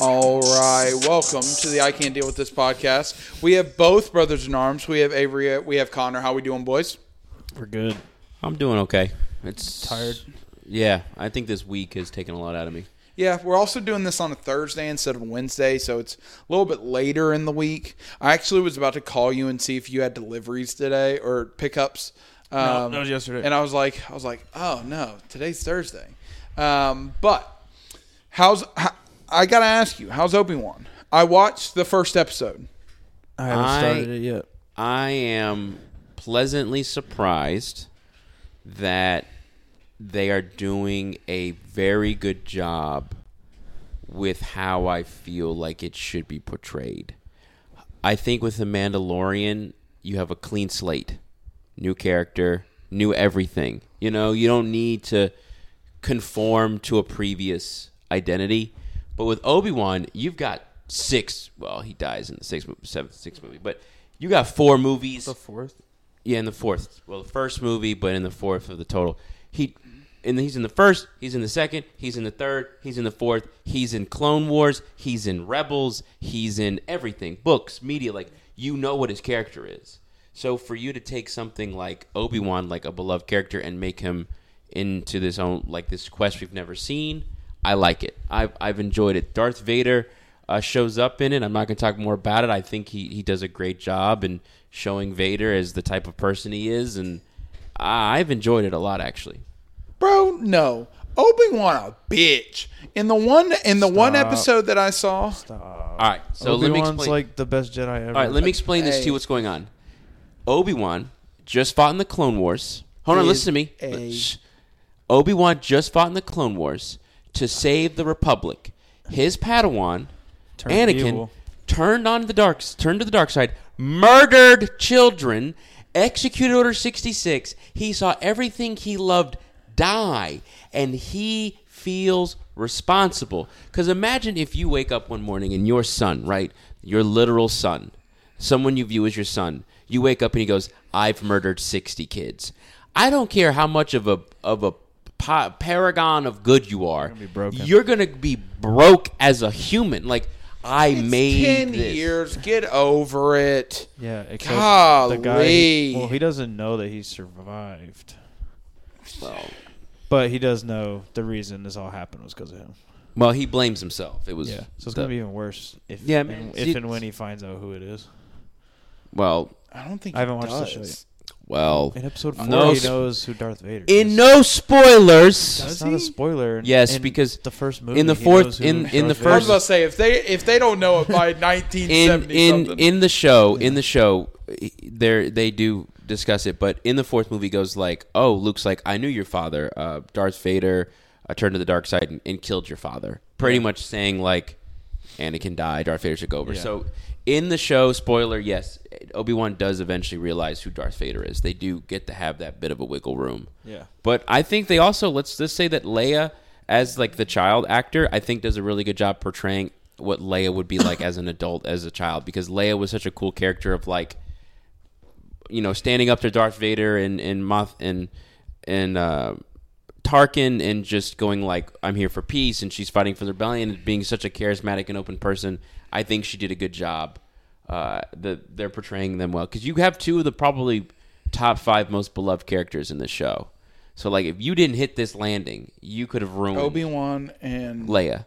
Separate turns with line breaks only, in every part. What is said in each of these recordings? All right, welcome to the I Can't Deal with This podcast. We have both brothers in arms. We have Avery. We have Connor. How we doing, boys?
We're good.
I'm doing okay. It's
Tired.
Yeah, I think this week has taken a lot out of me.
Yeah, we're also doing this on a Thursday instead of Wednesday, so it's a little bit later in the week. I actually was about to call you and see if you had deliveries today or pickups. um,
No, that was yesterday.
And I was like, I was like, oh no, today's Thursday. Um, but how's how, I gotta ask you, how's Obi Wan? I watched the first episode.
I haven't
I-
started it yet.
I am pleasantly surprised that they are doing a very good job with how I feel like it should be portrayed. I think with The Mandalorian, you have a clean slate, new character, new everything. You know, you don't need to conform to a previous identity. But with Obi Wan, you've got six. Well, he dies in the sixth, mo- seventh, sixth movie, but you got four movies.
fourth.
Yeah, in the fourth. Well, the first movie, but in the fourth of the total. He, and he's in the first. He's in the second. He's in the third. He's in the fourth. He's in Clone Wars. He's in Rebels. He's in everything. Books, media. Like you know what his character is. So for you to take something like Obi Wan, like a beloved character, and make him into this own like this quest we've never seen, I like it. I've I've enjoyed it. Darth Vader uh, shows up in it. I'm not going to talk more about it. I think he, he does a great job in showing Vader as the type of person he is, and I I've enjoyed it a lot actually.
Bro, no. Obi Wan a bitch. In the one in the one
Stop.
episode that I saw,
All right, so let me
Uh, Obi-Wan's
explain.
like the best Jedi ever.
All right, let me explain this to
Hey.
you. What's going on? Obi Wan just fought in the Clone Wars. Hold on,
Is
listen to me.
a-
Obi Wan just fought in the Clone Wars to save the Republic. His Padawan,
Turned
Anakin,
evil.
turned on the dark, turned to the dark side, murdered children, executed Order sixty six. He saw everything he loved die, and he feels responsible. Because imagine if you wake up one morning and your son, right, your literal son, someone you view as your son, you wake up and he goes, "I've murdered sixty kids." I don't care how much of a of a pa- paragon of good you are. You're gonna be
broken.
broke as a human. Like I
It's
made
ten
this.
years. Get over it.
Yeah, except the guy.
Golly.
He, well, he doesn't know that he survived,
Well,
but he does know the reason this all happened was because of him.
well, he blames himself. It was
Yeah, so it's
the-
gonna be even worse if
Yeah,
and-
man,
if
it's-
and when he finds out who it is.
well,
I don't think
I
he
haven't watched the show
does.
yet.
well.
In episode four,
No
he
sp-
knows who Darth Vader
In
is.
no spoilers.
That's not a spoiler. In-
Yes,
in
because
the first movie,
in the
he
fourth-
knows who
in- in the
Darth
I was
first- Vader
about
is.
to say if they if they don't know it by nineteen
In
seventy
in
something,
in the show, in the show, there they do discuss it, but in the fourth movie goes like, "Oh, Luke's like, I knew your father, uh, Darth Vader, uh, turned to the dark side and, and killed your father." Pretty much saying like, Anakin died, Darth Vader took over.
Yeah.
So in the show, spoiler, yes, Obi Wan does eventually realize who Darth Vader is. They do get to have that bit of a wiggle room.
Yeah.
But I think they also let's just say that Leia as like the child actor, I think does a really good job portraying what Leia would be like as an adult as a child because Leia was such a cool character of like you know standing up to Darth Vader and and Moth and and uh, Tarkin and just going like I'm here for peace and she's fighting for the rebellion and being such a charismatic and open person. I think she did a good job. Uh, the, they're portraying them well because you have two of the probably top five most beloved characters in the show. So like if you didn't hit this landing, you could have ruined
Obi Wan and
Leia.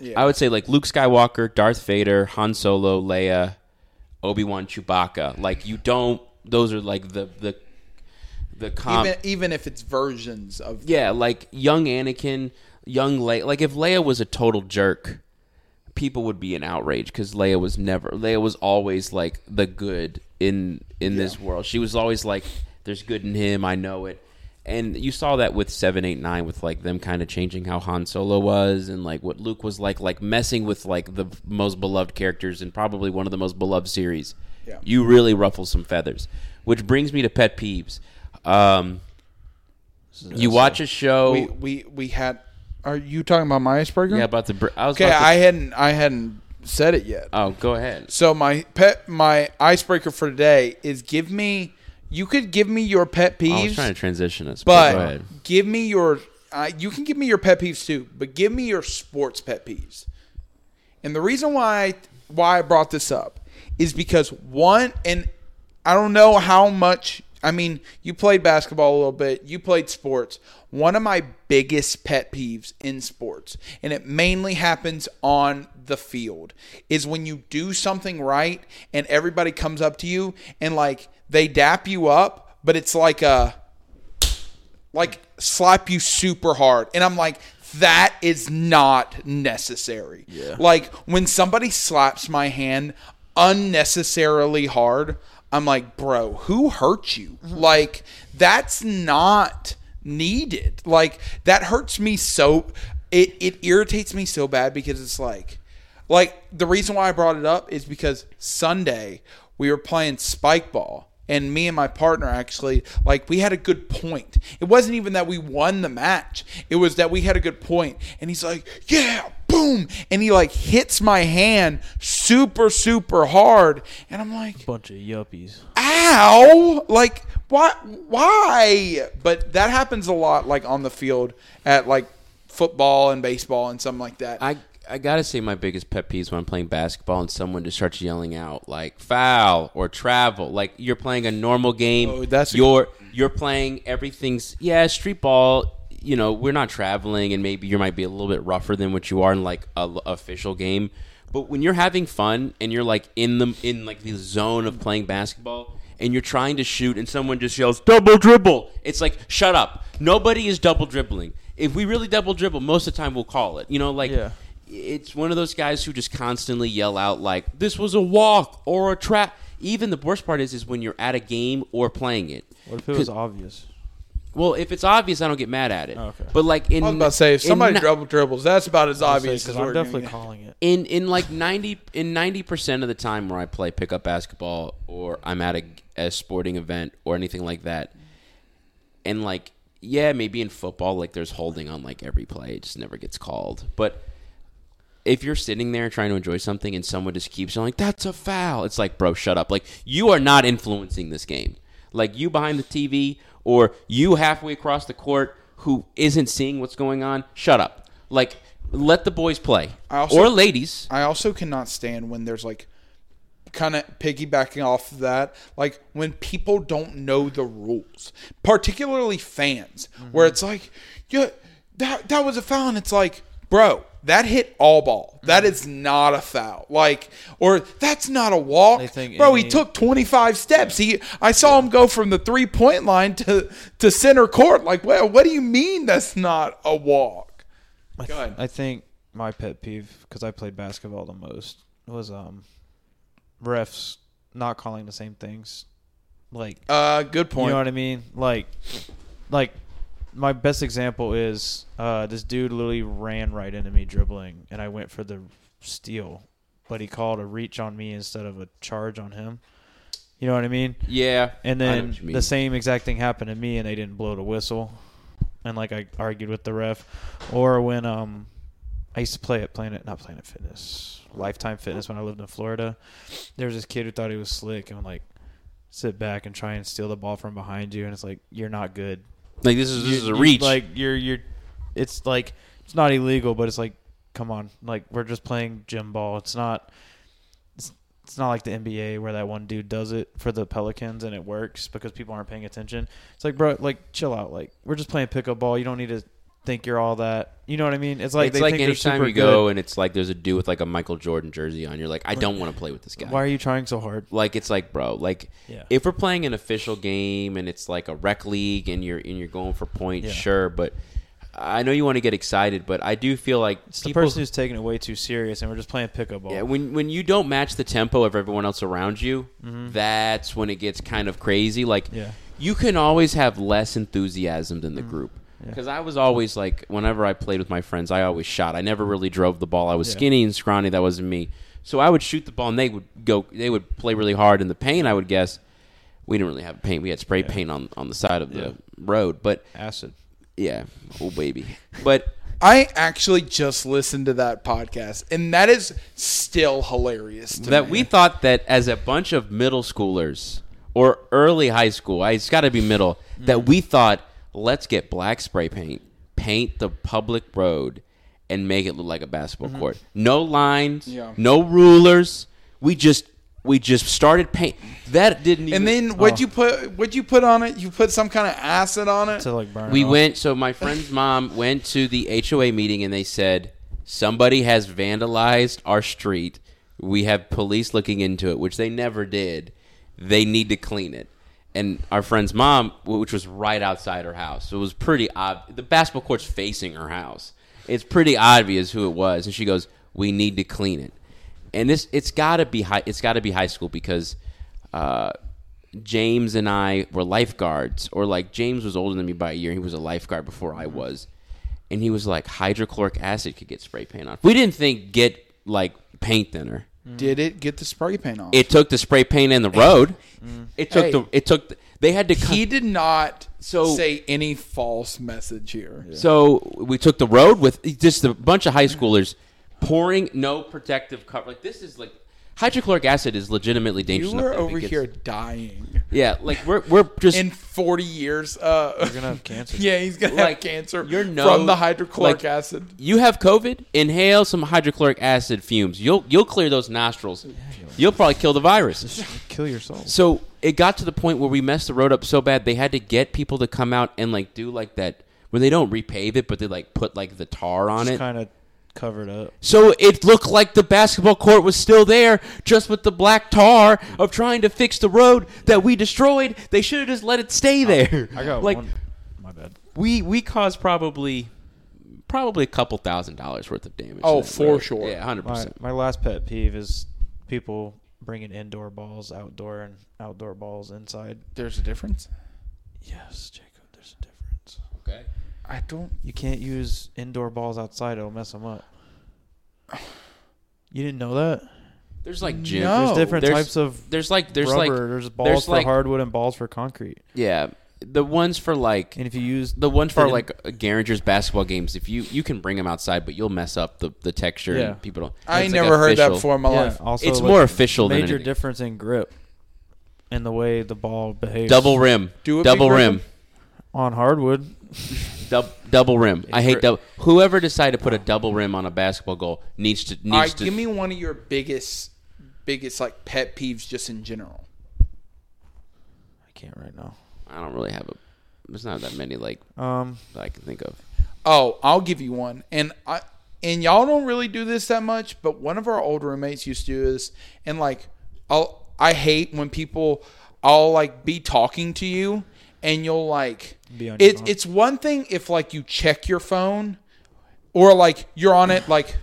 Yeah.
I would say like Luke Skywalker, Darth Vader, Han Solo, Leia, Obi Wan, Chewbacca. Like you don't. Those are like the the the
um,
com-
even even if it's versions of
yeah, like young Anakin, young Leia. Like if Leia was a total jerk, people would be in outrage because Leia was never. Leia was always like the good in in this world. She was always like, "There's good in him. I know it." And you saw that with seven, eight, nine, with like them kind of changing how Han Solo was and like what Luke was like, like messing with like the most beloved characters and probably one of the most beloved series.
Yeah.
You really ruffle some feathers, which brings me to pet peeves. Um, you watch a show.
we we we had. Are you talking about my iceberg?
yeah, about the. br- I was
okay.
about to-
I hadn't I hadn't said it yet.
oh, go ahead.
So my pet my icebreaker for today is give me. You could give me your pet peeves.
Oh, I was trying to transition us, but, go
But
ahead.
give me your. Uh, you can give me your pet peeves too, but give me your sports pet peeves. And the reason why why I brought this up is because one and I don't know how much I mean, you played basketball a little bit, you played sports. One of my biggest pet peeves in sports, and it mainly happens on the field, is when you do something right and everybody comes up to you and like they dap you up, but it's like a like slap you super hard and i'm like that is not necessary yeah. like when somebody slaps my hand unnecessarily hard i'm like bro who hurt you like that's not needed like that hurts me so it it irritates me so bad because it's like like the reason why i brought it up is because sunday we were playing spike ball and me and my partner actually like we had a good point it wasn't even that we won the match it was that we had a good point and he's like yeah boom and he like hits my hand super super hard and i'm like
Bunch of yuppies.
ow like why why but that happens a lot like on the field at like football and baseball and something like that
I I gotta say my biggest pet peeve is when I'm playing basketball and someone just starts yelling out like foul or travel. Like you're playing a normal game.
Oh, that's a-
you're you're playing everything's yeah street ball. You know we're not traveling and maybe you might be a little bit rougher than what you are in like a l- official game. But when you're having fun and you're like in the in like the zone of playing basketball and you're trying to shoot and someone just yells double dribble, it's like shut up. Nobody is double dribbling. If we really double dribble, most of the time we'll call it. You know, like
Yeah.
it's one of those guys who just constantly yell out like this was a walk or a trap even the worst part is is when you're at a game or playing it
What if it was obvious?
well if it's obvious i don't get mad at it
Oh, Okay.
but like in
I was about to say if
in
somebody
ni-
double dribbles that's about as obvious
Because
as we're
I'm definitely
gonna get.
calling it.
in in like 90 in 90% of the time where I play pickup basketball or I'm at a, a sporting event or anything like that and like yeah maybe in football like there's holding on like every play it just never gets called but if you're sitting there trying to enjoy something and someone just keeps yelling that's a foul it's like bro shut up like you are not influencing this game like you behind the TV or you halfway across the court who isn't seeing what's going on shut up like let the boys play
I also-
or ladies
I also cannot stand when there's like kind of piggybacking off of that, like when people don't know the rules, particularly fans, where
Mm-hmm.
it's like, yeah, that that was a foul, and it's like, bro, that hit all ball.
Mm-hmm.
That is not a foul. Like, or that's not a walk.
They think
bro, he
any-
took 25 steps. He I saw him go from the three-point line to to center court. Like, well, what do you mean that's not a walk?
I,
Go ahead.
I think my pet peeve because I played basketball the most was um refs not calling the same things. Like
Uh, good point.
you know what I mean? Like like my best example is uh this dude literally ran right into me dribbling and I went for the steal, but he called a reach on me instead of a charge on him. You know what I mean?
Yeah.
And
I know
then
what you mean.
the same exact thing happened to me, and they didn't blow the whistle. And like I argued with the ref, or when um, I used to play at Planet, not Planet Fitness, Lifetime Fitness when I lived in Florida. There was this kid who thought he was slick and would like sit back and try and steal the ball from behind you, and it's like you're not good.
like this is this
You-
is a
you-
reach.
Like you're you're, it's like it's not illegal, but it's like come on, like we're just playing gym ball. It's not. It's, it's not like the NBA where that one dude does it for the Pelicans and it works because people aren't paying attention. It's like bro, like chill out. Like we're just playing pickup ball. You don't need to think you're all that. You know what I mean? It's like
it's
they
like
think they're
anytime
super
you go
good.
and it's like there's a dude with like a Michael Jordan jersey on, you're like, I don't want to play with this guy.
Why are you trying so hard?
like it's like, bro, like
Yeah.
if we're playing an official game and it's like a rec league and you're and you're going for points,
Yeah.
sure, but I know you want to get excited, but I do feel like
It's the
people
person who's taking it way too serious, and we're just playing pickup ball.
yeah, when when you don't match the tempo of everyone else around you, that's when it gets kind of crazy. Like
Mm-hmm. Yeah.
you can always have less enthusiasm than the
Mm.
group. Because I was always like, whenever I played with my friends, I always shot. I never really drove the ball. I was
Yeah.
skinny and scrawny. That wasn't me. So I would shoot the ball, and they would go. They would play really hard in the paint. I would guess we didn't really have paint. We had spray paint on on the side of the
Yeah.
road. But
Acid.
yeah, oh baby. But
I actually just listened to that podcast, and that is still hilarious. To
that
me.
we thought that as a bunch of middle schoolers or early high school, I- it's got to be middle,
Mm.
that we thought let's get black spray paint, paint the public road, and make it look like a basketball court. No lines,
Mm-hmm. Yeah.
no rulers. We just we just started paint. That didn't even
And then what'd you put? What'd you put on it? You put some kind of acid on it.
to like burn.
We
off.
went. So my friend's mom went to the HOA meeting, and they said somebody has vandalized our street. We have police looking into it, which they never did. They need to clean it. And our friend's mom, which was right outside her house, so it was pretty ob The basketball court's facing her house. It's pretty obvious who it was, and she goes, "We need to clean it." And this, it's got to be high. It's got to be high school because. Uh, James and I were lifeguards, or like James was older than me by a year. He was a lifeguard before I was, and he was like hydrochloric acid could get spray paint on. We didn't think get like paint thinner.
Did it get the spray paint off?
Mm. It took the spray paint and the road. It took
Mm. Hey.
the it took. The, they had to
he
cut.
did not
So-
say any false message here.
So we took the road with just a bunch of high schoolers pouring no protective cover. Like this is like hydrochloric acid is legitimately dangerous.
You
enough
were
that if it
over
gets-
here dying.
Yeah, like we're we're just
In 40 years, uh, you're
gonna have cancer.
Yeah, he's gonna
Like,
have cancer
your
from the
nose-
hydrochloric
like-
acid.
you have COVID, inhale some hydrochloric acid fumes. You'll you'll clear those nostrils. You'll probably kill the virus.
kill yourself.
So it got to the point where we messed the road up so bad they had to get people to come out and like do like that where they don't repave it, but they like put like the tar on
Just
it.
kind of covered up.
So it looked like the basketball court was still there, just with the black tar of trying to fix the road that we destroyed. They should have just let it stay there.
I got
like
one. My bad.
we we caused probably probably a couple thousand dollars worth of damage.
Oh,
to that
for
road.
sure.
Yeah, hundred
My,
percent.
my last pet peeve is people bringing indoor balls outdoor and outdoor balls inside.
There's a difference.
Yes, Jacob. There's a difference.
Okay.
I don't.
You can't use indoor balls outside; it'll mess them up. You didn't know that?
There's like gym.
No.
There's
Oh,
different
there's-
types of
There's like there's
rubber.
like
there's balls
there's
for
like-
hardwood and balls for concrete.
yeah, the ones for like
And if you use
the ones for
Then-
like Garringer's basketball games. If you you can bring them outside, but you'll mess up the the texture.
Yeah.
and people don't.
I
it's, like,
never heard that
official.
before in my
yeah,
life.
also
It's
like,
more official than
major
anything.
difference in grip and the way the ball behaves.
Double rim,
Do a big
double
rhythm.
rim,
on hardwood.
dub, double rim. I hate
gr-
double. Whoever decided to put a double rim on a basketball goal needs to needs
All right,
to
give me one of your biggest, biggest like pet peeves, just in general.
I can't right now.
I don't really have a. There's not that many like
Uh,
Um,
that I can think of.
Oh, I'll give you one. And I and y'all don't really do this that much, but one of our old roommates used to do this. And like, I'll I hate when people I'll like be talking to you and you'll like
Be on your
it's
phone.
it's one thing if like you check your phone or like you're on it like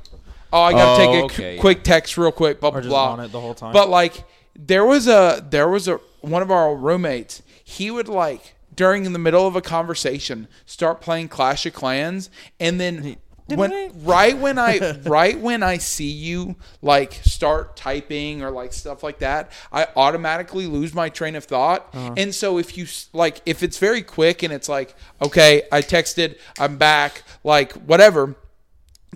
oh I gotta
Oh,
take a
okay,
qu-
yeah.
quick text real quick blah blah
just
blah
on it the whole time.
but like there was a there was a one of our roommates he would like during in the middle of a conversation start playing clash of clans and then when right when i right when i see you like start typing or like stuff like that i automatically lose my train of thought and so if you s- like if it's very quick and it's like okay i texted i'm back like whatever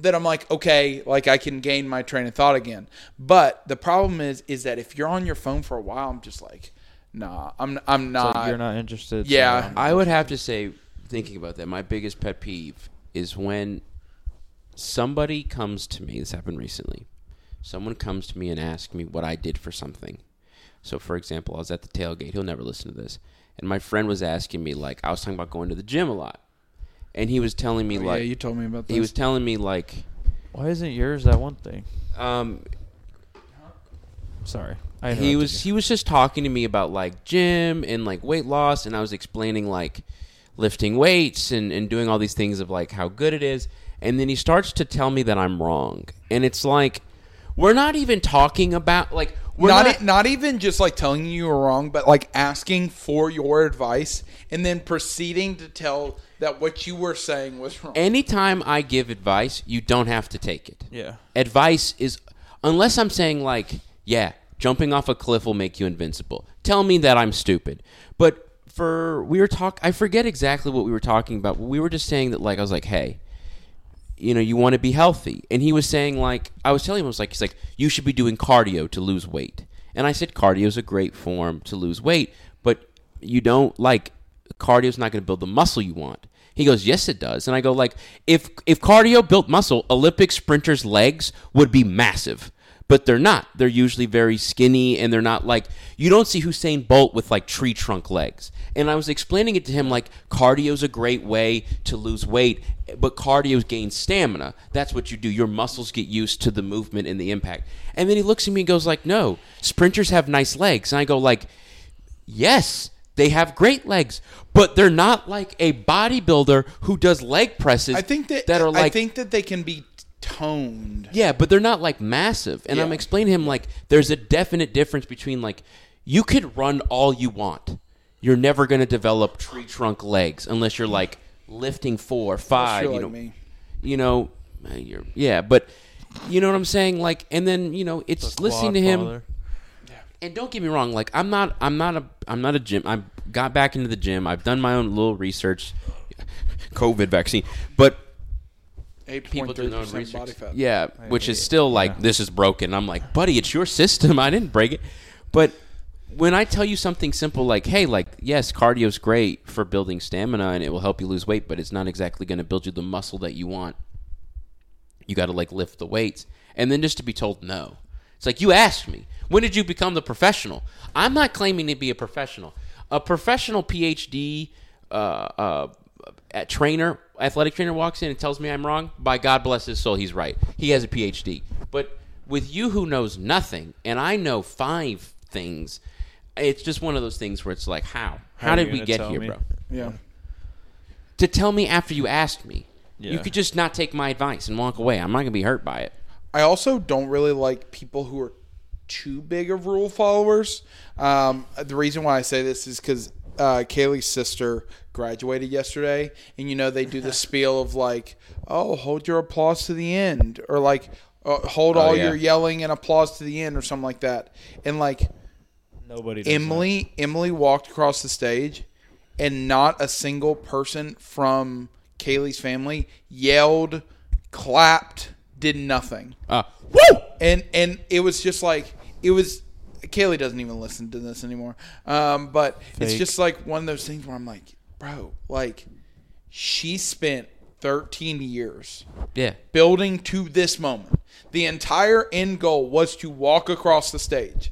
that I'm like, okay, like I can gain my train of thought again. But the problem is, is that if you're on your phone for a while, I'm just like, nah, I'm, I'm
so
not.
Uh,
you're not interested. so
yeah.
I'm-
I would have to say, thinking about that, my biggest pet peeve is when somebody comes to me. This happened recently. Someone comes to me and asks me what I did for something. So, for example, I was at the tailgate. He'll never listen to this. And my friend was asking me, like, I was talking about going to the gym a lot, and he was telling me,
Oh, yeah,
like,
you told me about this.
he was telling me, like,
Why isn't yours that one thing?
um,
Sorry, I
he
interrupted
was
you.
he was just talking to me about like gym and like weight loss and i was explaining like lifting weights and, and doing all these things of like how good it is and then he starts to tell me that i'm wrong and it's like we're not even talking about like we're
not,
not,
e-
not, not even just like telling you you were wrong, but like asking for your advice and then proceeding to tell that what you were saying was wrong.
anytime i give advice you don't have to take it
Yeah.
advice is unless i'm saying like yeah jumping off a cliff will make you invincible tell me that i'm stupid but for we were talk i forget exactly what we were talking about we were just saying that like i was like hey you know, you want to be healthy. And he was saying like I was telling him I was like he's like you should be doing cardio to lose weight. And I said cardio is a great form to lose weight, but you don't like cardio's not going to build the muscle you want. He goes, "Yes, it does." And I go, "Like if if cardio built muscle, Olympic sprinters' legs would be massive." But they're not. They're usually very skinny, and they're not like you don't see Hussein Bolt with like tree trunk legs. And I was explaining it to him like cardio's a great way to lose weight, but cardio gains stamina. That's what you do. Your muscles get used to the movement and the impact. And then he looks at me and goes like, "No, sprinters have nice legs." And I go like, yes, they have great legs, but they're not like a bodybuilder who does leg presses.
I think that,
that are like
I think that they can be toned.
yeah, but they're not like massive. And I'm
Yeah.
explaining to him like there's a definite difference between like you could run all you want. You're never going to develop tree trunk legs unless you're like lifting four, five.
Feel
you
like
know,
me.
you know, you're yeah, but you know what I'm saying. Like, and then you know, it's listening to him
Godfather.
and don't get me wrong like i'm not i'm not a i'm not a gym i got back into the gym i've done my own little research covid vaccine but
Eight
people
point
do
three
their own
percent
research
body fat.
yeah which is still like this is broken i'm like buddy it's your system i didn't break it but when i tell you something simple like hey like yes cardio's great for building stamina and it will help you lose weight but it's not exactly going to build you the muscle that you want you got to like lift the weights and then just to be told no it's like you asked me when did you become the professional i'm not claiming to be a professional a professional phd uh, uh, a trainer athletic trainer walks in and tells me i'm wrong by god bless his soul he's right he has a phd but with you who knows nothing and i know five things it's just one of those things where it's like how how,
are you
did we
gonna
get
tell
here
me?
bro
Yeah.
to tell me after you asked me you
Yeah.
could just not take my advice and walk away i'm not gonna be hurt by it
I also don't really like people who are too big of rule followers. Um, the reason why I say this is because uh, Kaylee's sister graduated yesterday, and you know they do the spiel of like, "Oh, hold your applause to the end," or like, uh, "Hold all
yeah.
your yelling and applause to the end," or something like that. And like
Nobody. does that.
Emily, Emily walked across the stage, and not a single person from Kaylee's family yelled, clapped, did nothing
Uh, woo!
and and it was just like it was Kaylee doesn't even listen to this anymore. Um, but it's
Fake.
just like one of those things where I'm like, bro, like she spent 13 years
Yeah.
building to this moment. The entire end goal was to walk across the stage.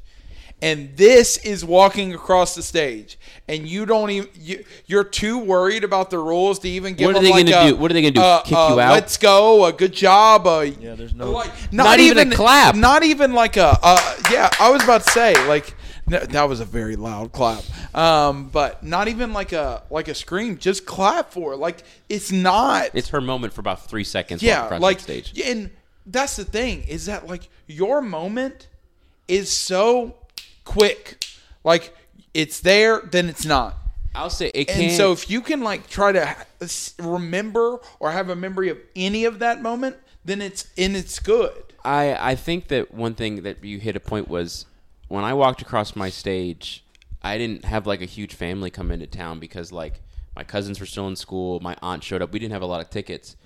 And this is walking across the stage, and you don't even you, you're too worried about the rules to even give
What are
them
they
like
gonna
a-
do? What are they gonna do?
a-
Kick
a
you out?
Let's go! A good job! A,
Yeah, there's no-
like,
Not even a clap.
Not even like a uh, yeah. I was about to say like no, that was a very loud clap, um, but not even like a like a scream. Just clap for it. like it's not
It's her moment for about three seconds. while
yeah
across
like
the stage.
yeah, and that's the thing is that like your moment is so quick like it's there then it's not
I'll say
and
it can't.
so if you can like try to ha- s- remember or have a memory of any of that moment then it's and it's good
I I think that one thing that you hit a point was when I walked across my stage, I didn't have like a huge family come into town because like my cousins were still in school, my aunt showed up. We didn't have a lot of tickets,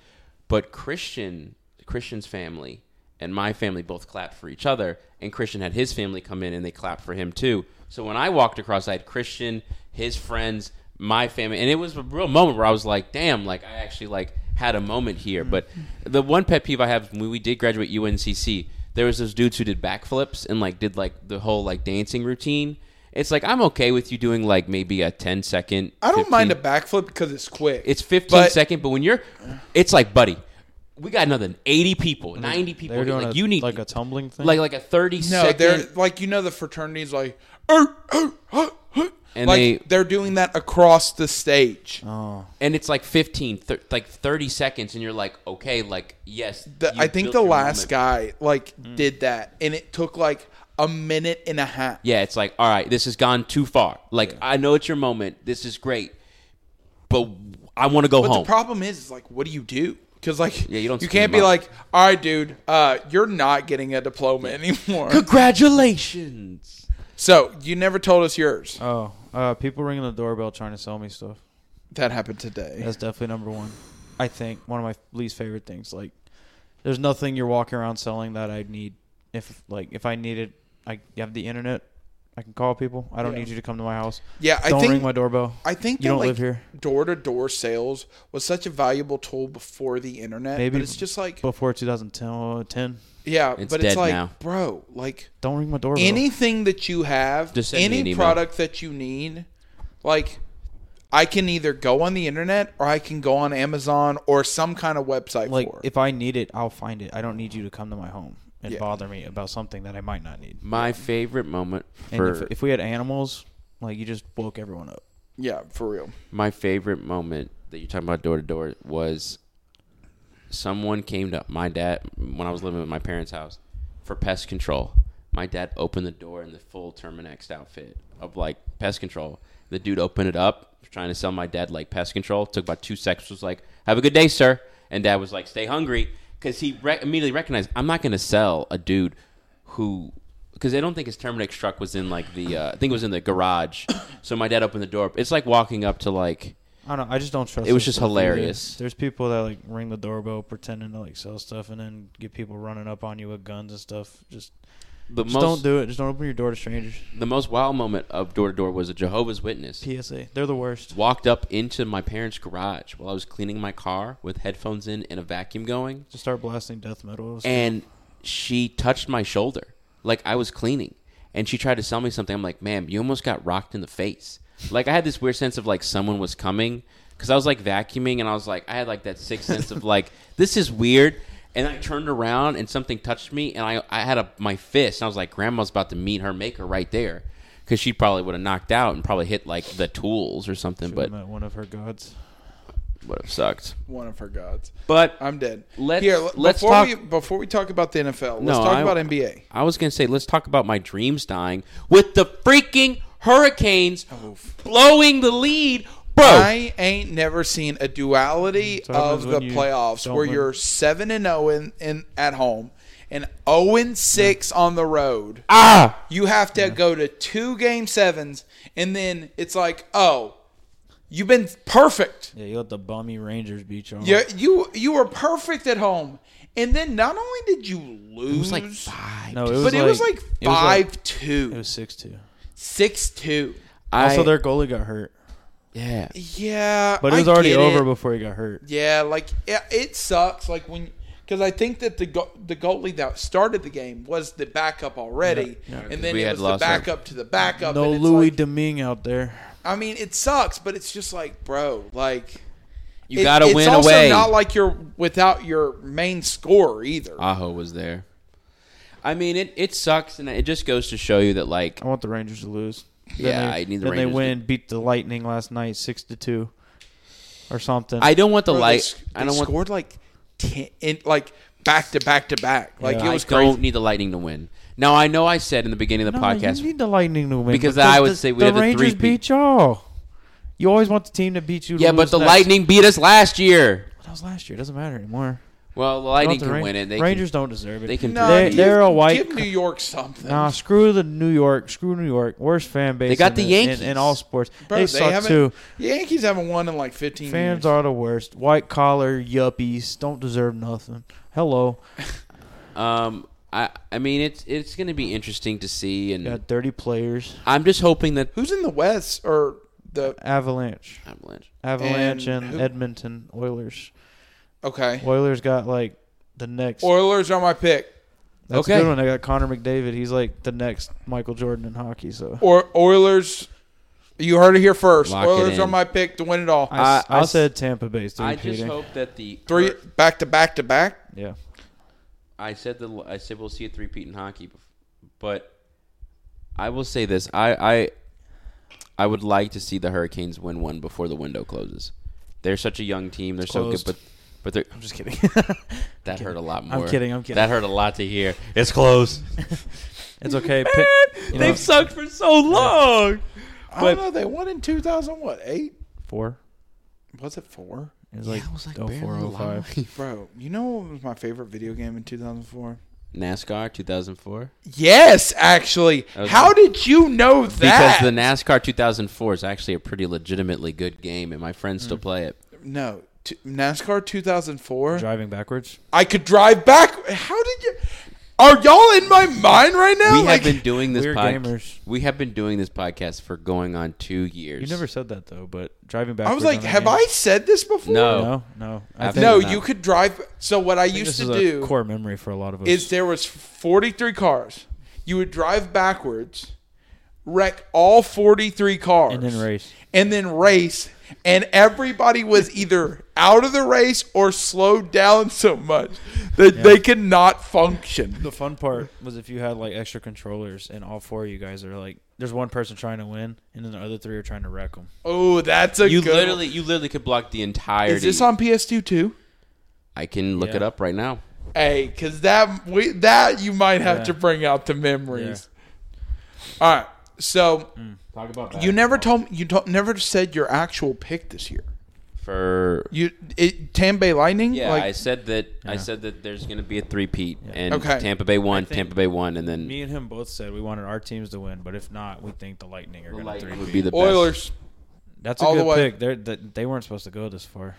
but Christian Christian's family and my family both clapped for each other, and Christian had his family come in and they clapped for him too. So when I walked across, I had Christian, his friends, my family, and it was a real moment where I was like, "Damn!" Like I actually like had a moment here.
Mm-hmm.
But the one pet peeve I have when we did graduate UNCC, there was those dudes who did backflips and like did like the whole like dancing routine. It's like I'm okay with you doing like maybe a 10 second.
i don't mind a
15
backflip because it's quick
it's 15
but-
second, but when you're, it's like, buddy, we got another 80 people, 90 people.
They're doing
like,
a,
you need
like a tumbling thing.
like like a 30
no
second-
they're like you know the fraternities like "Er, er, huh, huh,"
And
like
they-
they're doing that across the stage
oh,
and it's like 15 thir- like 30 seconds and you're like okay like yes
The,
you
I think
built
the
your
last
moment.
guy like
Hmm.
did that, and it took like a minute and a half.
yeah it's like all right this has gone too far like i know it's your moment this is great but i want to go
But
home
the problem is, is like, what do you do? Because like,
Yeah, you don't
can't
scream
be
up.
like, all right, dude, uh, you're not getting a diploma anymore.
congratulations
so you never told us yours.
oh, uh, people ringing the doorbell trying to sell me stuff.
That happened today.
That's definitely number one. I think one of my least favorite things. Like, there's nothing you're walking around selling that I need. If like if I needed, I have the internet. I can call people. I don't
Yeah.
need you to come to my house.
Yeah, I
don't
think-
ring my doorbell.
I think
you
that,
don't
like,
live here.
Door to door sales was such a valuable tool before the internet.
Maybe
but it's just like
before 2010.
yeah,
It's
but it's
dead
like
now.
bro, like
Don't ring my doorbell.
anything that you have,
Just send me an
any
email.
product that you need, like I can either go on the internet or I can go on Amazon or some kind of website
like
for. it.
if I need it, I'll find it. I don't need you to come to my home and
Yeah.
bother me about something that I might not need.
My favorite moment
And
for
if, if we had animals, like you just woke everyone up.
yeah, for real.
my favorite moment that you're talking about door to door was someone came to my dad when I was living at my parents' house for pest control. My dad opened the door in the full Terminex outfit of like pest control. The dude opened it up, trying to sell my dad like pest control. Took about two seconds. Was like, "Have a good day, sir." And dad was like, "Stay hungry," because he re- immediately recognized I'm not going to sell a dude who because I don't think his Terminix truck was in like the uh, I think it was in the garage. So my dad opened the door. It's like walking up to like
I don't know. I just don't trust.
It was
those
just
people either.
hilarious.
There's people that like ring the doorbell pretending to like sell stuff, and then get people running up on you with guns and stuff. Just,
the
just
most
don't do it. Just don't open your door to strangers.
the most wild moment of door to door was a Jehovah's Witness
PSA. They're the worst.
walked up into my parents' garage while I was cleaning my car with headphones in and a vacuum going,
Just start blasting death metal.
and she touched my shoulder like I was cleaning, and she tried to sell me something. I'm like, ma'am, you almost got rocked in the face. Like I had this weird sense of like someone was coming because I was like vacuuming, and I was like, I had like that sixth sense of like this is weird. And I turned around and something touched me, and I, I had a, my fist, and I was like, Grandma's about to meet her maker right there, because she probably would have knocked out and probably hit like the tools or something. But
met one of her gods.
would have sucked.
One of her gods.
But
I'm dead.
Let's-
Here, l-
let's
before
talk-
we before we talk about the NFL, let's
No,
talk
I-
about NBA.
I was gonna say, let's talk about my dreams dying with the freaking hurricanes blowing the lead, bro.
I ain't never seen a
Mm,
duality
what happens
of the
when you
playoffs
don't
where
win.
you're seven and zero in, in at home and zero and six on the road.
ah,
You have to go to two game sevens, and then it's like, oh, you've been perfect.
Yeah, you let the bummy Rangers beat you.
You you you were perfect at home, and then not only did you lose,
it was like five.
No, it was
but it was like
it was like-
five two,
It was six two.
six two.
I,
Also, their goalie got hurt,
yeah.
Yeah,
but it was
I
already
get
over
it.
before he got hurt.
Yeah, like it, it sucks. Like when because I think that the go- the goalie that started the game was the backup already, and then
We
it
had
was the
lost our-
backup to the backup.
No
and it's
Louis
like-
Domingue out there.
I mean, it sucks, but it's just like, bro, like
You
it-
gotta
it's
win
also
away.
Not like you're without your main scorer either.
Aho was there. I mean, it it sucks, and it just goes to show you that like
I want the Rangers to lose.
Yeah,
they,
I need the
then
Rangers
they
to-
win, beat the Lightning last night, six to two, or something.
I don't want the
Bro, they
light.
sc-
I
they
don't want.
scored like ten, in, like back to back to back. Like
Yeah.
it was
I
crazy.
don't need the lightning to win. Now I know I said in the beginning of the
No,
podcast
You need the Lightning to win
Because I would
the,
say we
the
had the
Rangers
three-peat.
beat y'all. You always want the team to beat you. to
Yeah, but
lose
the
next.
Lightning beat us last year.
That was last year. It doesn't matter anymore.
Well, the
I
Lightning
don't
can win it. They
Rangers don't deserve it.
they can-
Nah,
They're-
give-
they're a white
Give New York something.
Nah, screw the New York. Screw New York. Worst fan base.
They got
in
the
in-
Yankees.
in, all sports.
Bro,
they,
they
suck
haven't-
too.
The Yankees haven't won in like 15
Fans
years.
are the worst. White collar yuppies don't deserve nothing. Hello,
Can, um, I I mean it's it's gonna be interesting to see, and
got dirty players.
I'm just hoping that
Who's in the West or the
Avalanche,
Avalanche.
Avalanche,
And
and,
who-
Edmonton Oilers.
okay?
Oilers got like the next.
Oilers are my pick.
That's
Okay.
a good one. They got Connor McDavid. He's like the next Michael Jordan in hockey. So
Or Oilers, you heard it here first.
Lock it
Oilers
in.
are my pick to win it all.
I, s-
I- I
I
s-
said Tampa Bay's three
I just
peating.
hope that the
Three back to back to back.
Yeah,
I said the I said we'll see a three-peat in hockey, bef- but I will say this: I I I would like to see the Hurricanes win one before the window closes. They're such a young team. They're so good,
closed.
but but they're,
I'm just kidding.
that hurt a lot more.
I'm kidding. I'm kidding.
That hurt a lot to hear. It's close.
it's okay. Pi- you know,
They've sucked for so long.
I don't know. They won in 2000. What eight?
four.
Was it four?
It was like,
I was like
oh,
barely
04, 05.
Bro, you know what was my favorite video game in 2004?
NASCAR 2004.
Yes, actually.
was-
How did you know that?
Because the NASCAR 2004 is actually a pretty legitimately good game, and my friends still play it.
no, t- NASCAR 2004.
Driving backwards.
I could drive back. How did you? Are y'all in my mind right now?
We
like,
have been doing this
we're
podcast.
gamers.
We have been doing this podcast for going on two years.
You never said that though, but driving back.
I was like, have I said this before?
No.
No, no. I
After
No,
think,
No.
you could drive. So what I,
I think
used
this
to
is a
do
core memory for a lot of us.
is there was 43 cars. You would drive backwards, wreck all 43 cars,
And then race.
and then race, and everybody was either out of the race or slowed down so much that they could not function.
the fun part was if you had like extra controllers and all four of you guys are like, there's one person trying to win and then the other three are trying to wreck them.
Oh, that's a
You
good
literally, you literally could block the entirety.
Is this on PS2 too?
I can look
Yeah.
it up right now.
Hey, because that we, that you might have
Yeah.
to bring out the memories. All right, so
Talk about
you never told me you don't, never said your actual pick this year.
for
You it, Tampa Bay Lightning.
yeah.
Like,
I said that. I
Yeah.
said that there's going to be a three-peat, and
Okay.
Tampa Bay won,
think
Tampa Bay won, and then
Me and him both said we wanted our teams to win, but if not, we think the Lightning are
the
going to
Lightning
three.
would be the best.
Oilers.
That's a
all the
good
way.
pick. They're, they they weren't supposed to go this far.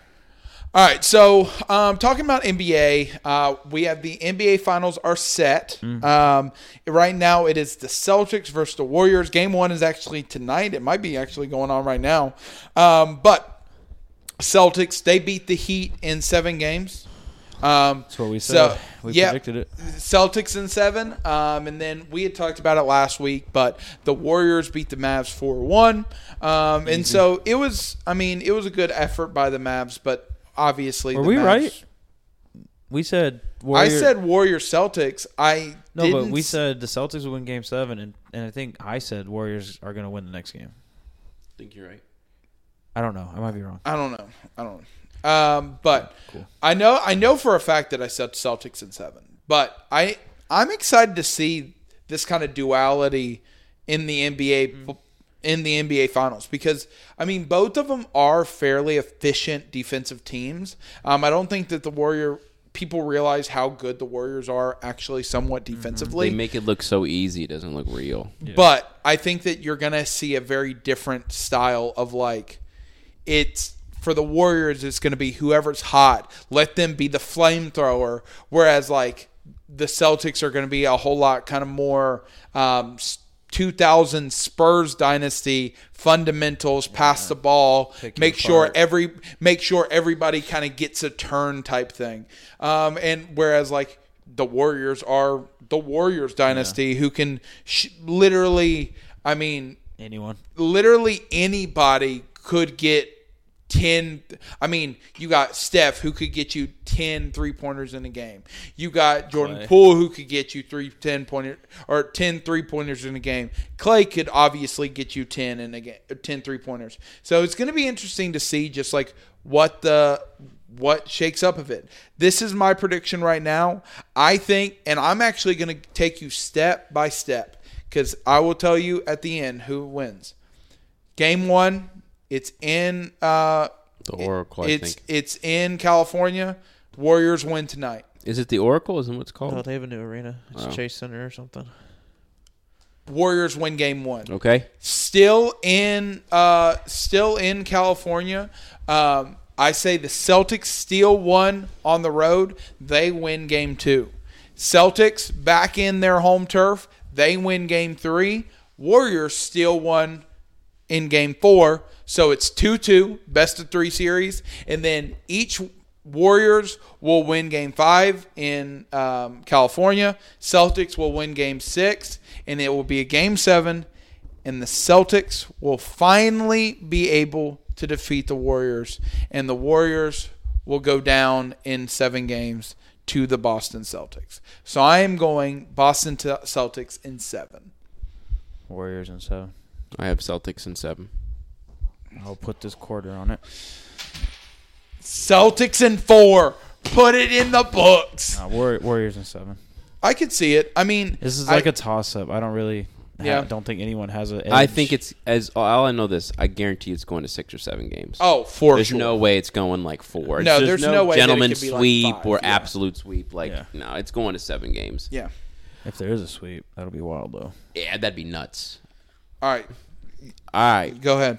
All right, so um, talking about NBA, uh, we have the NBA Finals are set.
Mm-hmm.
Um, right now, it is the Celtics versus the Warriors. Game one is actually tonight. It might be actually going on right now. Um, but Celtics, they beat the Heat in seven games. Um,
That's what we
so,
said. we
yeah.
predicted it.
Celtics in seven. Um, and then we had talked about it last week, but the Warriors beat the Mavs 4 1. Um, and so it was, I mean, it was a good effort by the Mavs, but obviously.
Were
the
we
Mavs-
right? We said
I
Warrior-
said Warrior Celtics. I
no,
didn't,
but we said the Celtics would win Game Seven, and, and I think I said Warriors are going to win the next game.
I think you're right.
I don't know. I might be wrong.
I don't know. I don't know. Um, but I know I know for a fact that I said Celtics in seven. But I I'm excited to see this kind of duality in the NBA in the NBA finals because I mean both of them are fairly efficient defensive teams. Um, I don't think that the Warrior people realize how good the Warriors are actually somewhat defensively.
They make it look so easy; it doesn't look real.
But I think that you're going to see a very different style of like it's for the Warriors it's going to be whoever's hot, let them be the flamethrower whereas like the Celtics are going to be a whole lot kind of more um s- 2000 Spurs dynasty fundamentals pass the ball
Pick it
make sure
apart.
every make sure everybody kind of gets a turn type thing um and whereas like the warriors are the warriors dynasty who can sh- literally i mean
Anyone?
literally anybody could get 10 I mean, you got Steph who could get you 10 three-pointers in a game. You got Jordan
Clay.
Poole who could get you 3 10-pointer or 10 three-pointers in a game. Clay could obviously get you 10 in a game 10 three-pointers. So it's going to be interesting to see just like what the what shakes up of it. This is my prediction right now. I think and I'm actually going to take you step by step cuz I will tell you at the end who wins. Game one, it's in uh,
The Oracle, I
it's
think.
it's in California. Warriors win tonight.
Is it the Oracle? Isn't what it's called?
they have a new arena. It's
Oh.
Chase Center or something.
Warriors win game one.
Okay.
Still in uh, still in California. Um, I say the Celtics steal one on the road. They win game two. Celtics back in their home turf. They win game three. Warriors steal one in game four. So it's 2 2, best of three series. And then each Warriors will win game five in um, California. Celtics will win game six, and it will be a game seven. And the Celtics will finally be able to defeat the Warriors. And the Warriors will go down in seven games to the Boston Celtics. So I am going Boston T- Celtics in seven.
Warriors and seven.
I have Celtics in seven.
I'll put this quarter on it.
Celtics in four. Put it in the books.
Nah, Warri- Uh, Warriors and seven.
I could see it. I mean,
This is
I-
like a toss up. I don't really.
Yeah.
Yeah. don't think anyone has a.
I
edge.
think it's as all I know. This I guarantee it's going to six or seven games.
oh for
There's
sure.
no way it's going like four.
No,
It's-
there's no way that it
gentleman
could be like
sweep
five,
or
yeah.
absolute sweep. Like
Yeah.
no, it's going to seven games.
yeah.
if there is a sweep, that'll be wild though.
Yeah, that'd be nuts.
All right,
All right,
go ahead.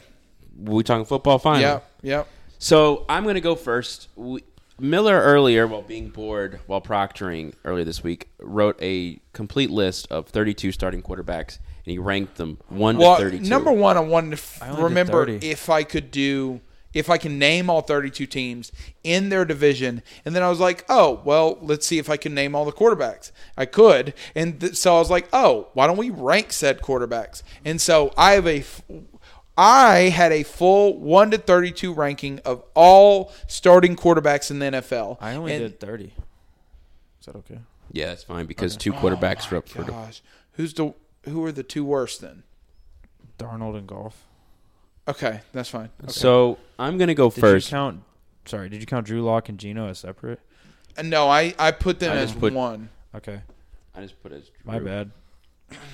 we talking football final.
Yeah, yeah.
So I'm gonna go first. We, Miller earlier, while being bored while proctoring earlier this week, wrote a complete list of 32 starting quarterbacks, and he ranked them one
Well,
to 32.
number one, I wanted to f-
I only did
remember
30.
if I could do, if I can name all 32 teams in their division. And then I was like, oh, well, let's see if I can name all the quarterbacks. I could. And th- so I was like, oh, why don't we rank said quarterbacks? And so I have a. F- I had a full 1 to 32 ranking of all starting quarterbacks in the NFL.
I only
And-
did thirty. Is that okay?
Yeah, that's fine because two
Oh
quarterbacks were up for the
Gosh, who's the who are the two worst then?
Darnold and golf.
Okay, that's fine. Okay.
So I'm gonna go
Did
first.
you count? Sorry, did you count Drew Lock and Gino as separate?
And no, I I put them
I
as
just put-
one.
Okay,
I just put it. as
my
Drew.
bad.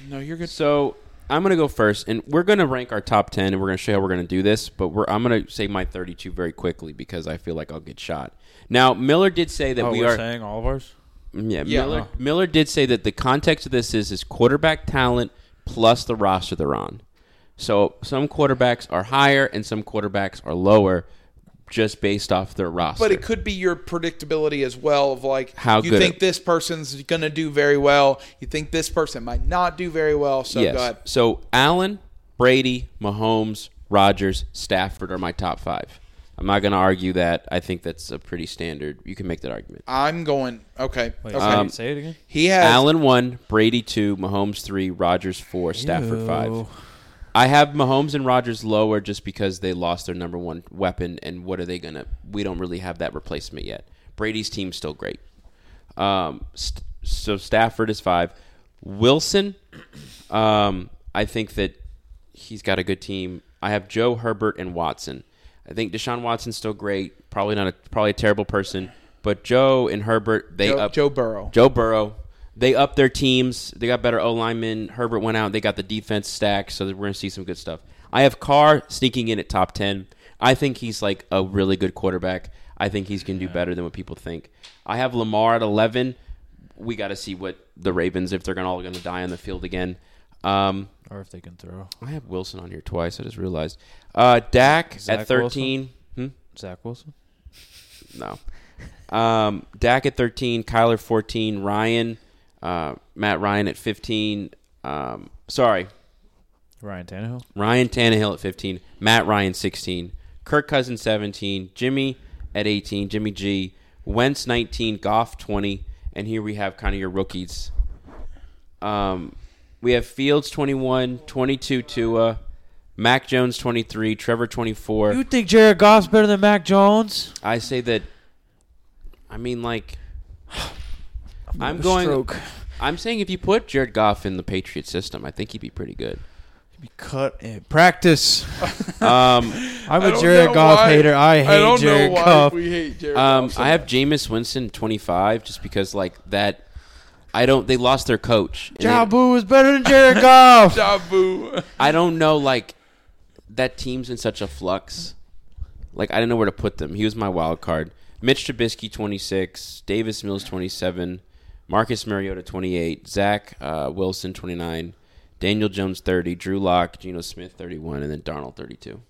No, you're good.
So I'm gonna go first, and we're gonna rank our top ten, and we're gonna show you how we're gonna do this. But we're I'm gonna say my 32 very quickly because I feel like I'll get shot. Now Miller did say that
oh,
we
we're uh-huh.
are.
saying all of ours.
Yeah,
Yeah.
Miller,
Uh.
Miller did say that the context of this is is quarterback talent plus the roster they're on. So some quarterbacks are higher and some quarterbacks are lower, just based off their roster.
But it could be your predictability as well of like
How
you
good
think
it-
this person's gonna do very well. You think this person might not do very well. So go ahead.
So Allen, Brady, Mahomes, Rogers, Stafford are my top five. I'm not going to argue that. I think that's a pretty standard. You can make that argument.
I'm going okay.
Wait,
okay.
um,
say, it- say it again.
he has
Allen one, Brady two, Mahomes three, Rogers four, Stafford
Ew.
five. I have Mahomes and Rogers lower just because they lost their number one weapon, and what are they gonna? We don't really have that replacement yet. Brady's team's still great. Um, st- so Stafford is five. Wilson, um, I think that he's got a good team. I have Joe Herbert and Watson. I think Deshaun Watson's still great. Probably not a probably a terrible person, but Joe and Herbert they
Joe,
up
Joe Burrow.
Joe Burrow. They upped their teams. They got better O linemen. Herbert went out. They got the defense stack, so that we're going to see some good stuff. I have Carr sneaking in at top 10. I think he's like a really good quarterback. I think he's going to do better than what people think. I have Lamar at 11. We got to see what the Ravens, if they're gonna, all going to die on the field again. Um,
Or if they can throw
I have Wilson on here twice. I just realized. Uh, Dak
Zach
at 13. Hmm?
Zach Wilson.
No. Um, Dak at 13, Kyler 14, Ryan, uh, Matt Ryan at 15. Um, sorry,
Ryan Tannehill.
Ryan Tannehill at 15, Matt Ryan 16, Kirk Cousins 17, Jimmy at 18, Jimmy G, Wentz 19, Goff 20, and here we have kind of your rookies. Um, we have Fields 21, 22 Tua, Mac Jones 23, Trevor 24.
You think Jared Goff's better than Mac Jones?
I say that. I mean, like, I'm going. I'm saying if you put Jared Goff in the Patriot system, I think he'd be pretty good.
Cut in practice.
Um,
I'm
I
a
don't
Jared
know
Goff
why-
hater. I hate
don't
Jared
know why
Goff.
We hate Jared
um,
Goff so
I have
much.
Jameis Winston 25, just because like that. I don't. They lost their coach. and they-
Jabu is better than Jared Goff.
Jabu.
I don't know. Like that team's in such a flux. Like I didn't know where to put them. He was my wild card. Mitch Trubisky 26, Davis Mills 27, Marcus Mariota 28, Zach uh, Wilson 29, Daniel Jones 30, Drew Lock, Geno Smith 31, and then Darnold 32.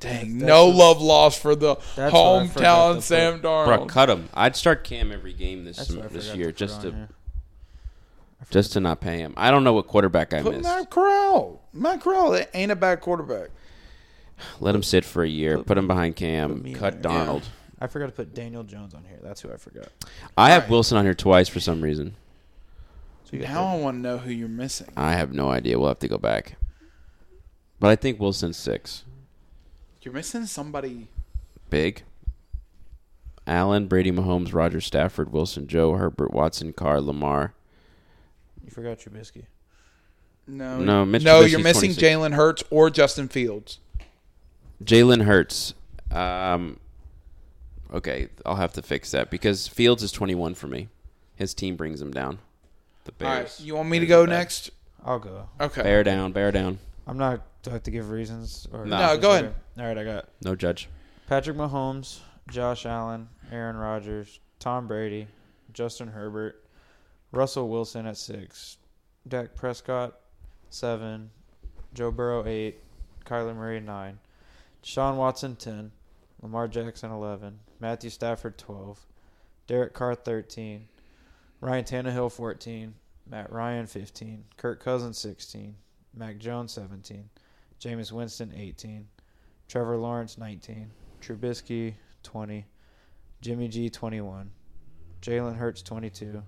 Dang, no love lost for the
That's what I forgot to
hometown
put.
Sam
Bro,
Darnold.
cut him. I'd start Cam every game this sem- this year just to just to not pay him. I don't know what quarterback I
Put
missed.
Matt Corral. Matt Corral it ain't a bad quarterback.
Let him sit for a year. Put, him behind Cam.
me in
cut
there.
Darnold.
I forgot to put Daniel Jones on here. That's who I forgot.
I have
Alright.
Wilson on here twice for some reason.
So you got
Now I want to know who you're missing.
I have no idea. We'll have to go back. But I think Wilson's six.
You're missing somebody.
Big. Allen, Brady, Mahomes, Roger Stafford, Wilson, Joe, Herbert, Watson, Carr, Lamar.
you forgot Trubisky.
No,
No, Mitch
no,
Trubisky's
you're missing
26.
Jalen Hurts or Justin Fields.
Jalen Hurts. Um, okay, I'll have to fix that because Fields is 21 for me. His team brings him down. The Bears.
All right, you want me to
Bears
go
are bad.
next?
I'll go.
Okay.
Bear down, bear down.
I'm not do I have to give reasons or
No.
No, go ahead.
All right, I got
No judge.
Patrick Mahomes, Josh Allen, Aaron Rodgers, Tom Brady, Justin Herbert, Russell Wilson at six, Dak Prescott seven, Joe Burrow eight, Kyler Murray nine, Sean Watson ten, Lamar Jackson 11, Matthew Stafford 12, Derek Carr 13, Ryan Tannehill 14, Matt Ryan 15, Kirk Cousins 16, Mac Jones 17, Jameis Winston 18, Trevor Lawrence 19, Trubisky 20, Jimmy G 21, Jalen Hurts 22,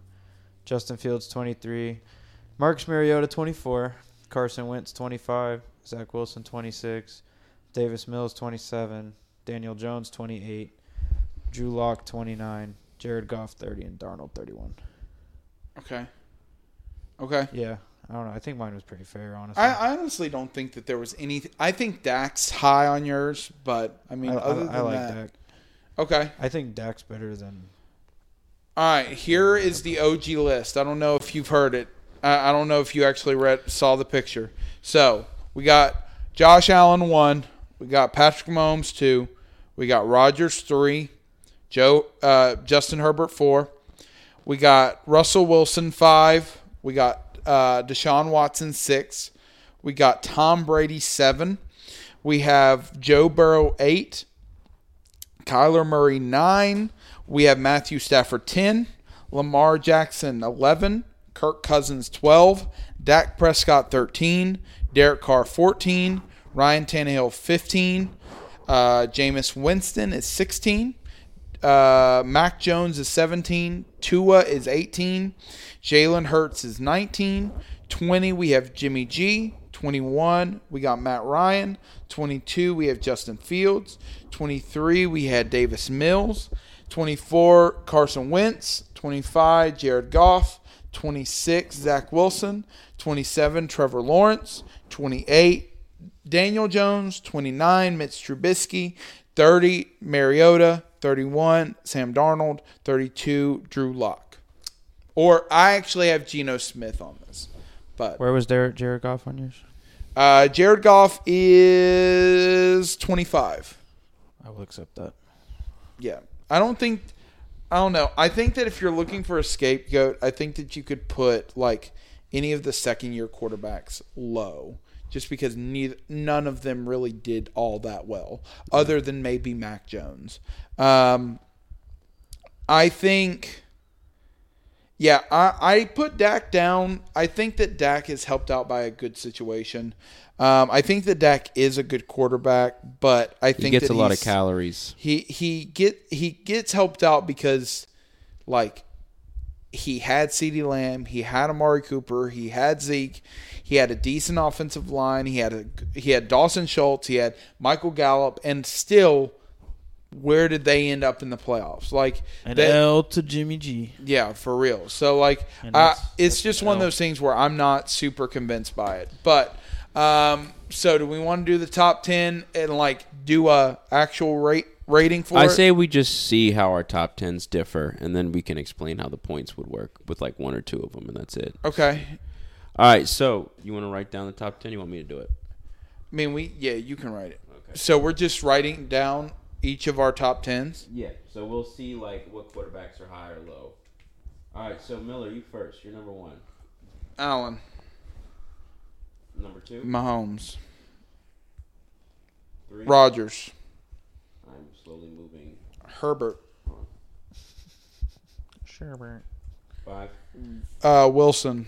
Justin Fields 23, Marcus Mariota 24, Carson Wentz 25, Zach Wilson 26, Davis Mills 27, Daniel Jones 28, Drew Lock 29, Jared Goff 30, and Darnold 31.
Okay. Okay.
Yeah, I don't know. I think mine was pretty fair, honestly.
I, I honestly don't think that there was any. I think Dak's high on yours, but I mean,
I- I-
other than
I like
that,
Dak.
okay.
I think Dak's better than
All right, here is the OG list. I don't know if you've heard it. I, I don't know if you actually read saw the picture. So we got Josh Allen one. We got Patrick Mahomes two. We got Rogers three. Joe uh, Justin Herbert four. We got Russell Wilson five. We got uh, Deshaun Watson six. We got Tom Brady seven. We have Joe Burrow eight. Kyler Murray nine. We have Matthew Stafford ten, Lamar Jackson eleven, Kirk Cousins twelve, Dak Prescott thirteen, Derek Carr fourteen, Ryan Tannehill fifteen, uh, Jameis Winston is sixteen, uh, Mac Jones is seventeen, Tua is eighteen, Jalen Hurts is nineteen, twenty we have Jimmy G, 21, we got Matt Ryan. 22, we have Justin Fields. 23, we had Davis Mills. 24, Carson Wentz. 25, Jared Goff. 26, Zach Wilson. 27, Trevor Lawrence. 28, Daniel Jones. 29, Mitch Trubisky. 30, Mariota. 31, Sam Darnold. 32, Drew Lock. Or I actually have Geno Smith on this. But
where was Derek Jared Goff on yours?
uh, Jared Goff is 25.
I will accept that.
Yeah. I don't think. I don't know. I think that if you're looking for a scapegoat, I think that you could put like any of the second year quarterbacks low just because neither, none of them really did all that well, other than maybe Mac Jones. Um, I think. Yeah, I, I put Dak down. I think that Dak is helped out by a good situation. Um, I think that Dak is a good quarterback, but I
He
think
gets
that
a lot of
he's-
calories.
he he get he gets helped out because like he had CeeDee Lamb, he had Amari Cooper, he had Zeke, he had a decent offensive line, he had a he had Dawson Schultz, he had Michael Gallup, and still where did they end up in the playoffs? Like
An
that-
L to Jimmy G.
yeah, for real. So like,
And
uh,
that's-
it's
that's
just one of
out.
those things where I'm not super convinced by it. But um, so do we want to do the top ten and like do a actual rate rating for
I
it?
say we just see how our top tens differ, and then we can explain how the points would work with like one or two of them, and that's it.
okay.
All right, so you want to write down the top ten? You want me to do it?
I mean, we yeah, you can write it.
Okay.
So we're just writing down each of our top tens.
Yeah. So we'll see like what quarterbacks are high or low. All right. So Miller, you first. You're number one.
Allen,
Number two.
Mahomes,
Three.
Rogers,
I'm slowly moving.
Herbert,
Sherbert.
Five.
uh, Wilson,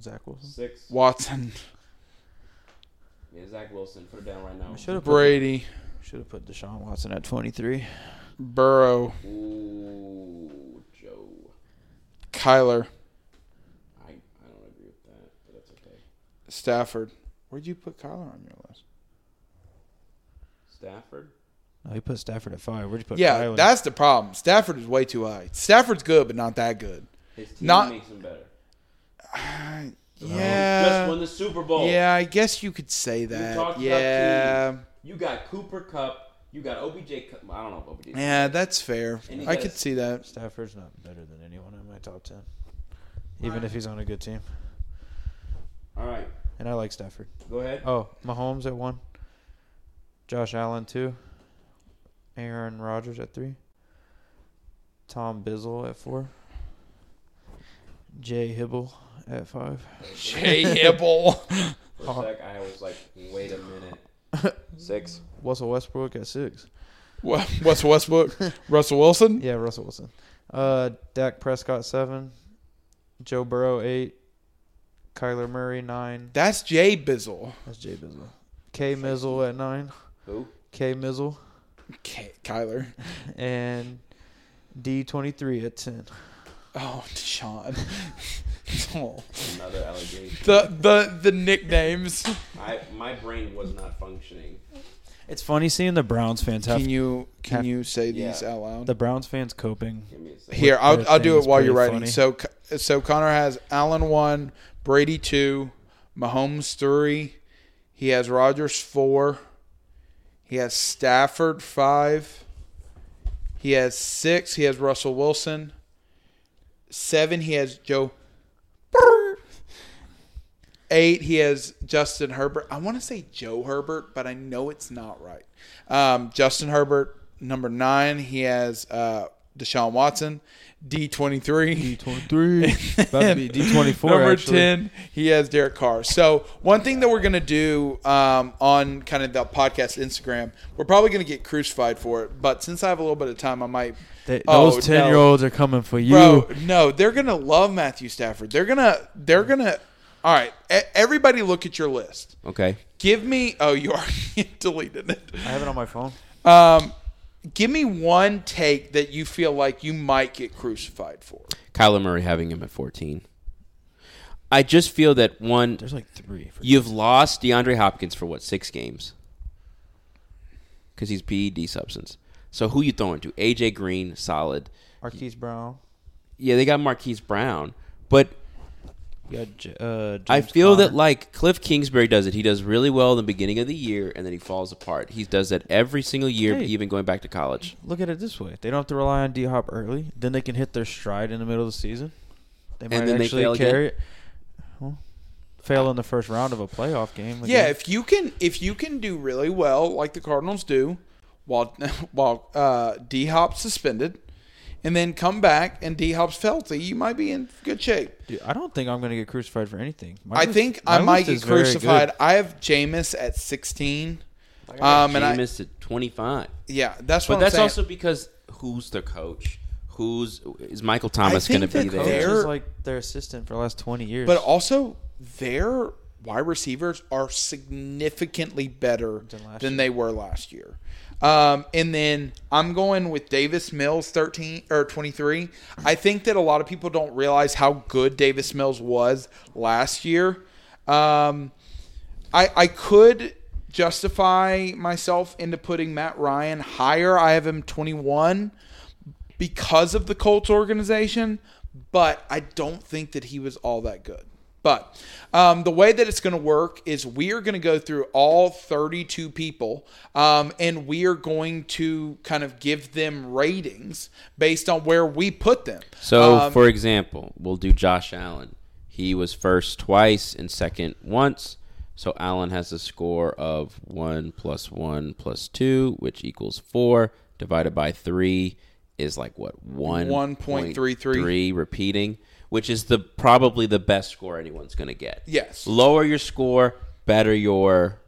Zach Wilson.
Six.
Watson,
Yeah, Zach Wilson. Put it down right now.
I should have put,
Brady,
should have put Deshaun Watson at 23.
Burrow,
Ooh, Joe.
Kyler,
I, I don't agree with that, but that's okay.
Stafford. Where'd you put Kyler on your list?
Stafford.
No, he put Stafford at five. Where'd you put
yeah,
Kyler?
that's the problem. Stafford is way too high. Stafford's good, but not that good.
His team
Not-
makes him better.
Yeah.
Just won the Super Bowl.
Yeah, I guess you could say that.
talked about
yeah.
teams. You got Cooper Cup. You got OBJ. Cup. I don't know if OBJ.
Yeah, that's fair.
And he
I
got
could
a-
see that.
Stafford's not better than anyone in my top 10. Even if he's on a good team.
All right,
And I like Stafford.
go ahead.
Oh, Mahomes at one. Josh Allen two. Aaron Rodgers at three. Tom Bizzle at four. Jay Hibble at five.
Jay Hibble. Uh-huh.
For a sec, I was like, wait a minute. Six.
Russell Westbrook at six.
Wha- What's Westbrook? Russell Wilson?
Yeah, Russell Wilson. Uh, Dak Prescott seven. Joe Burrow eight. Kyler Murray nine.
That's Jay Bizzle.
That's Jay Bizzle. K Mizzle at nine.
Who?
K Mizzle
K- Kyler.
and D twenty three at ten.
Oh, Deshaun. Oh.
Another allegation.
The the the nicknames.
I my brain was not functioning.
It's funny seeing the Browns fans have
Can you can
have-
you say
Yeah.
these out loud?
the Browns fans coping.
Give me a second.
Here, I'll,
their
I'll
thing
do it
is
while you're
pretty
writing.
funny.
So So so Connor has Allen one, Brady two, Mahomes three, he has Rogers four, he has Stafford five, he has six, he has Russell Wilson, seven, he has Joe. Burrow. Eight, he has Justin Herbert. I want to say Joe Herbert, but I know it's not right. Um, Justin Herbert, number nine, he has uh, Deshaun Watson. D23.
D twenty three about to be D twenty four.
Number 10, he has Derek Carr. So, one thing that we're going to do um, on kind of the podcast Instagram, we're probably going to get crucified for it. But since I have a little bit of time, I might.
They,
Oh,
those ten year
no.
olds are coming for you.
Bro, no, they're gonna love Matthew Stafford. They're gonna, they're gonna. All right, e- everybody, look at your list.
Okay.
Give me. Oh, you already deleted it.
I have it on my phone.
Um, give me one take that you feel like you might get crucified for.
Kyler Murray having him at 14. I just feel that one,
There's like three. For
you've lost DeAndre Hopkins for what six games? Because he's PED substance. So who you throwing to? AJ Green, solid.
Marquise Brown.
Yeah, they got Marquise Brown, but
You got J- uh,
I
James
feel that
Conner.
like Cliff Kingsbury does it. He does really well in the beginning of the year, and then he falls apart. He does that every single year,
Hey.
even going back to college.
Look at it this way: they don't have to rely on D Hop early. Then they can hit their stride in the middle of the season. They might
then they
actually
fail again.
carry it. Well, fail in the first round of a playoff game.
Yeah,
again.
if you can, if you can do really well like the Cardinals do, while while uh, D Hop's suspended, and then come back and D Hop's healthy, you might be in good shape.
Dude, I don't think I'm gonna get crucified for anything. My
I
list-
think
my
I might
list
get
is very
crucified.
good.
I have Jameis at sixteen.
Um,
Um, and I,
Jameis at 25.
yeah, that's what
But that's
I'm saying.
also because who's the coach? Who's is Michael Thomas
think
going to be
the
there?
Coach
They're-
is like their assistant for the last 20 years.
But also, their wide receivers are significantly better
Than
than,
last
they were last year. Um, and then I'm going with Davis Mills, 13 or 23. I think that a lot of people don't realize how good Davis Mills was last year. Um, I I could justify myself into putting Matt Ryan higher. I have him 21 because of the Colts organization, but I don't think that he was all that good. But um, the way that it's going to work is we are going to go through all 32 people um, and we are going to kind of give them ratings based on where we put them.
So,
Um,
for example, we'll do Josh Allen. He was first twice and second once. So Allen has a score of one plus one plus two, which equals four, divided by three is like what one
1.33.
three repeating, which is the probably the best score anyone's going to get.
Yes.
Lower your score, better your,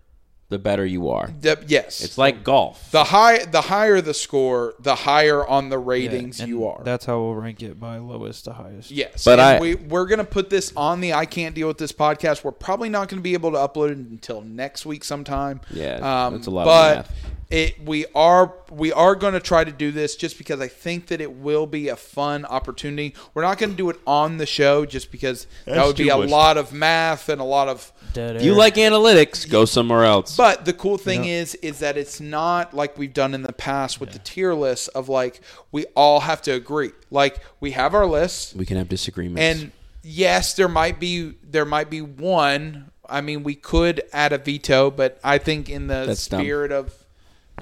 the better you are.
Yep, yes.
It's like golf.
the high the higher the score, the higher on the ratings
and
you are.
That's how we'll rank it by lowest to highest.
Yes, and
But I-
we, we're going to put this on the I can't deal with this podcast. We're probably not going to be able to upload it until next week sometime. Um,
Yeah, that's a lot of
But
math.
it we are we are going to try to do this just because I think that it will be a fun opportunity. We're not going to do it on the show just because that
That's
would be
too
a
much.
lot of math and a lot of
Dead
If you
air.
like analytics, go somewhere else.
but the cool thing
Yeah.
is, is that it's not like we've done in the past with the tier lists of like we all have to agree. Like we have our lists,
we can have disagreements.
and yes, there might be there might be one. I mean, we could add a veto, but I think in the
That's dumb.
spirit of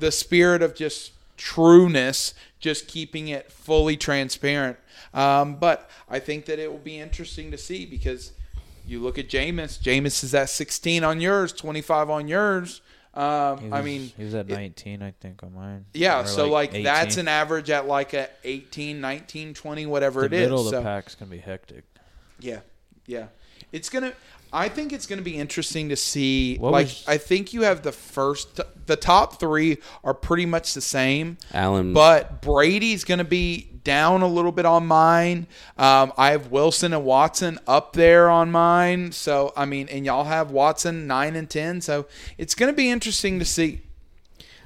the spirit of just trueness, just keeping it fully transparent. Um, but I think that it will be interesting to see because you look at Jameis. Jameis is at 16 on yours, 25 on yours.
He
Um, I
was-
mean,
he was at
it-
19, I think, on mine.
yeah.
Or,
So like,
18.
that's an average at like a 18, 19, 20, whatever
the
it is.
middle of the
so,
pack's gonna be hectic.
yeah. Yeah. It's going to I think it's going to be interesting to see
What
like
was-
I think you have the first the top 3 are pretty much the same.
Allen.
But Brady's going to be down a little bit on mine. Um, I have Wilson and Watson up there on mine. So, I mean, and y'all have Watson 9 and 10. So, it's going to be interesting to see.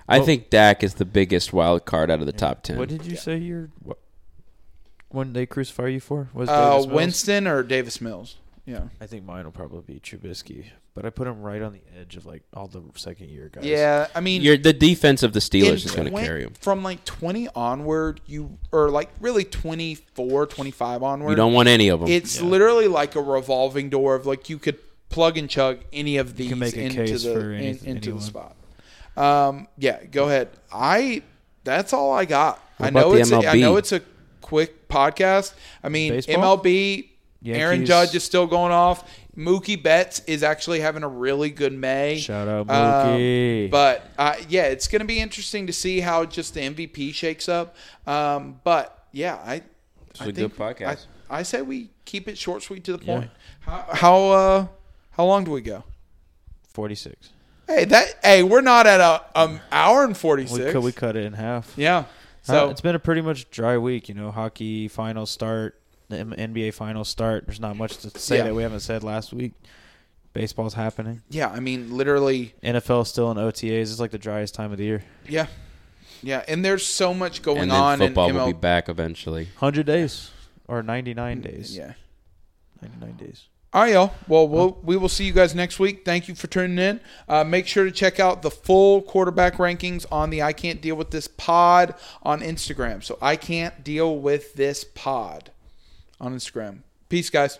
I think Dak is the biggest wild card out of the top ten.
What did you say your what, when they crucify you for? Was
Uh,
Davis Mills?
Winston or Davis Mills? Yeah.
I think mine will probably be Trubisky, but I put him right on the edge of like all the second year guys.
Yeah. I mean,
You're, the defense of the Steelers is going to
twen-
carry him.
From like 20 onward, you or like really 24, 25 onward.
You don't want any of them.
it's literally like a revolving door of like you could plug and chug any of these
can make a
into
case
the
for any-
in- into
anyone.
the spot. Um, yeah, go ahead. I that's all I got. I
about
know
the
it's a, I
MLB?
know it's a quick podcast. I mean
Baseball?
MLB. Aaron
Yankees.
Judge is still going off. Mookie Betts is actually having a really good May.
Shout
Um,
out Mookie.
but uh, yeah, it's going to be interesting to see how just the MVP shakes up. Um, but yeah, I. It's
was a good podcast.
I, I say we keep it short, sweet, to the point. How how, uh, how long do we go?
forty six.
Hey, that hey, we're not at a um hour and forty
We
six.
could we cut it in half.
Yeah.
So
So
it's been a pretty much dry week, you know. Hockey finals start, the M- NBA finals start. There's not much to say
Yeah.
that we haven't said last week. Baseball's happening.
yeah, I mean, literally,
NFL's still in OTAs. It's like the driest time of the year.
yeah, yeah, and there's so much going
and
on
then football
in
will
ML-
be back eventually.
Hundred days or ninety nine days.
Mm, Yeah.
ninety nine days.
All right, y'all. Well, we'll we will see you guys next week. Thank you for tuning in. Uh, make sure to check out the full quarterback rankings on the I Can't Deal with This Pod on Instagram. So I can't deal with this pod on Instagram. Peace, guys.